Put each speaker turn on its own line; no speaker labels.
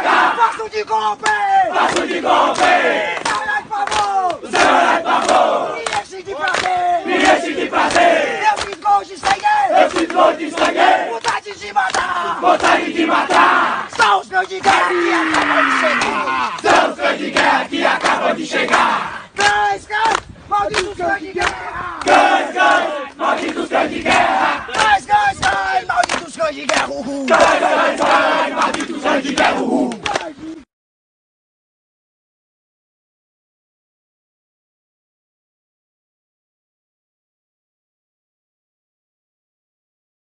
Passo de golpe! Passo de golpe! Sarai pavor! Sarai pavor! Me enche de prazer! Me enche de prazer! Eu fiz gols de sangue! Eu fiz gols de sangue! Vontade de matar! Vontade de matar! São os meus de guerra que acabam de chegar! São os meus de guerra que acabam de chegar! Cães, cães! Malditos cães de guerra! Cães, cães! Malditos cães de guerra! Cães, cães, cães! Malditos cães de guerra! Cães, cães, cães!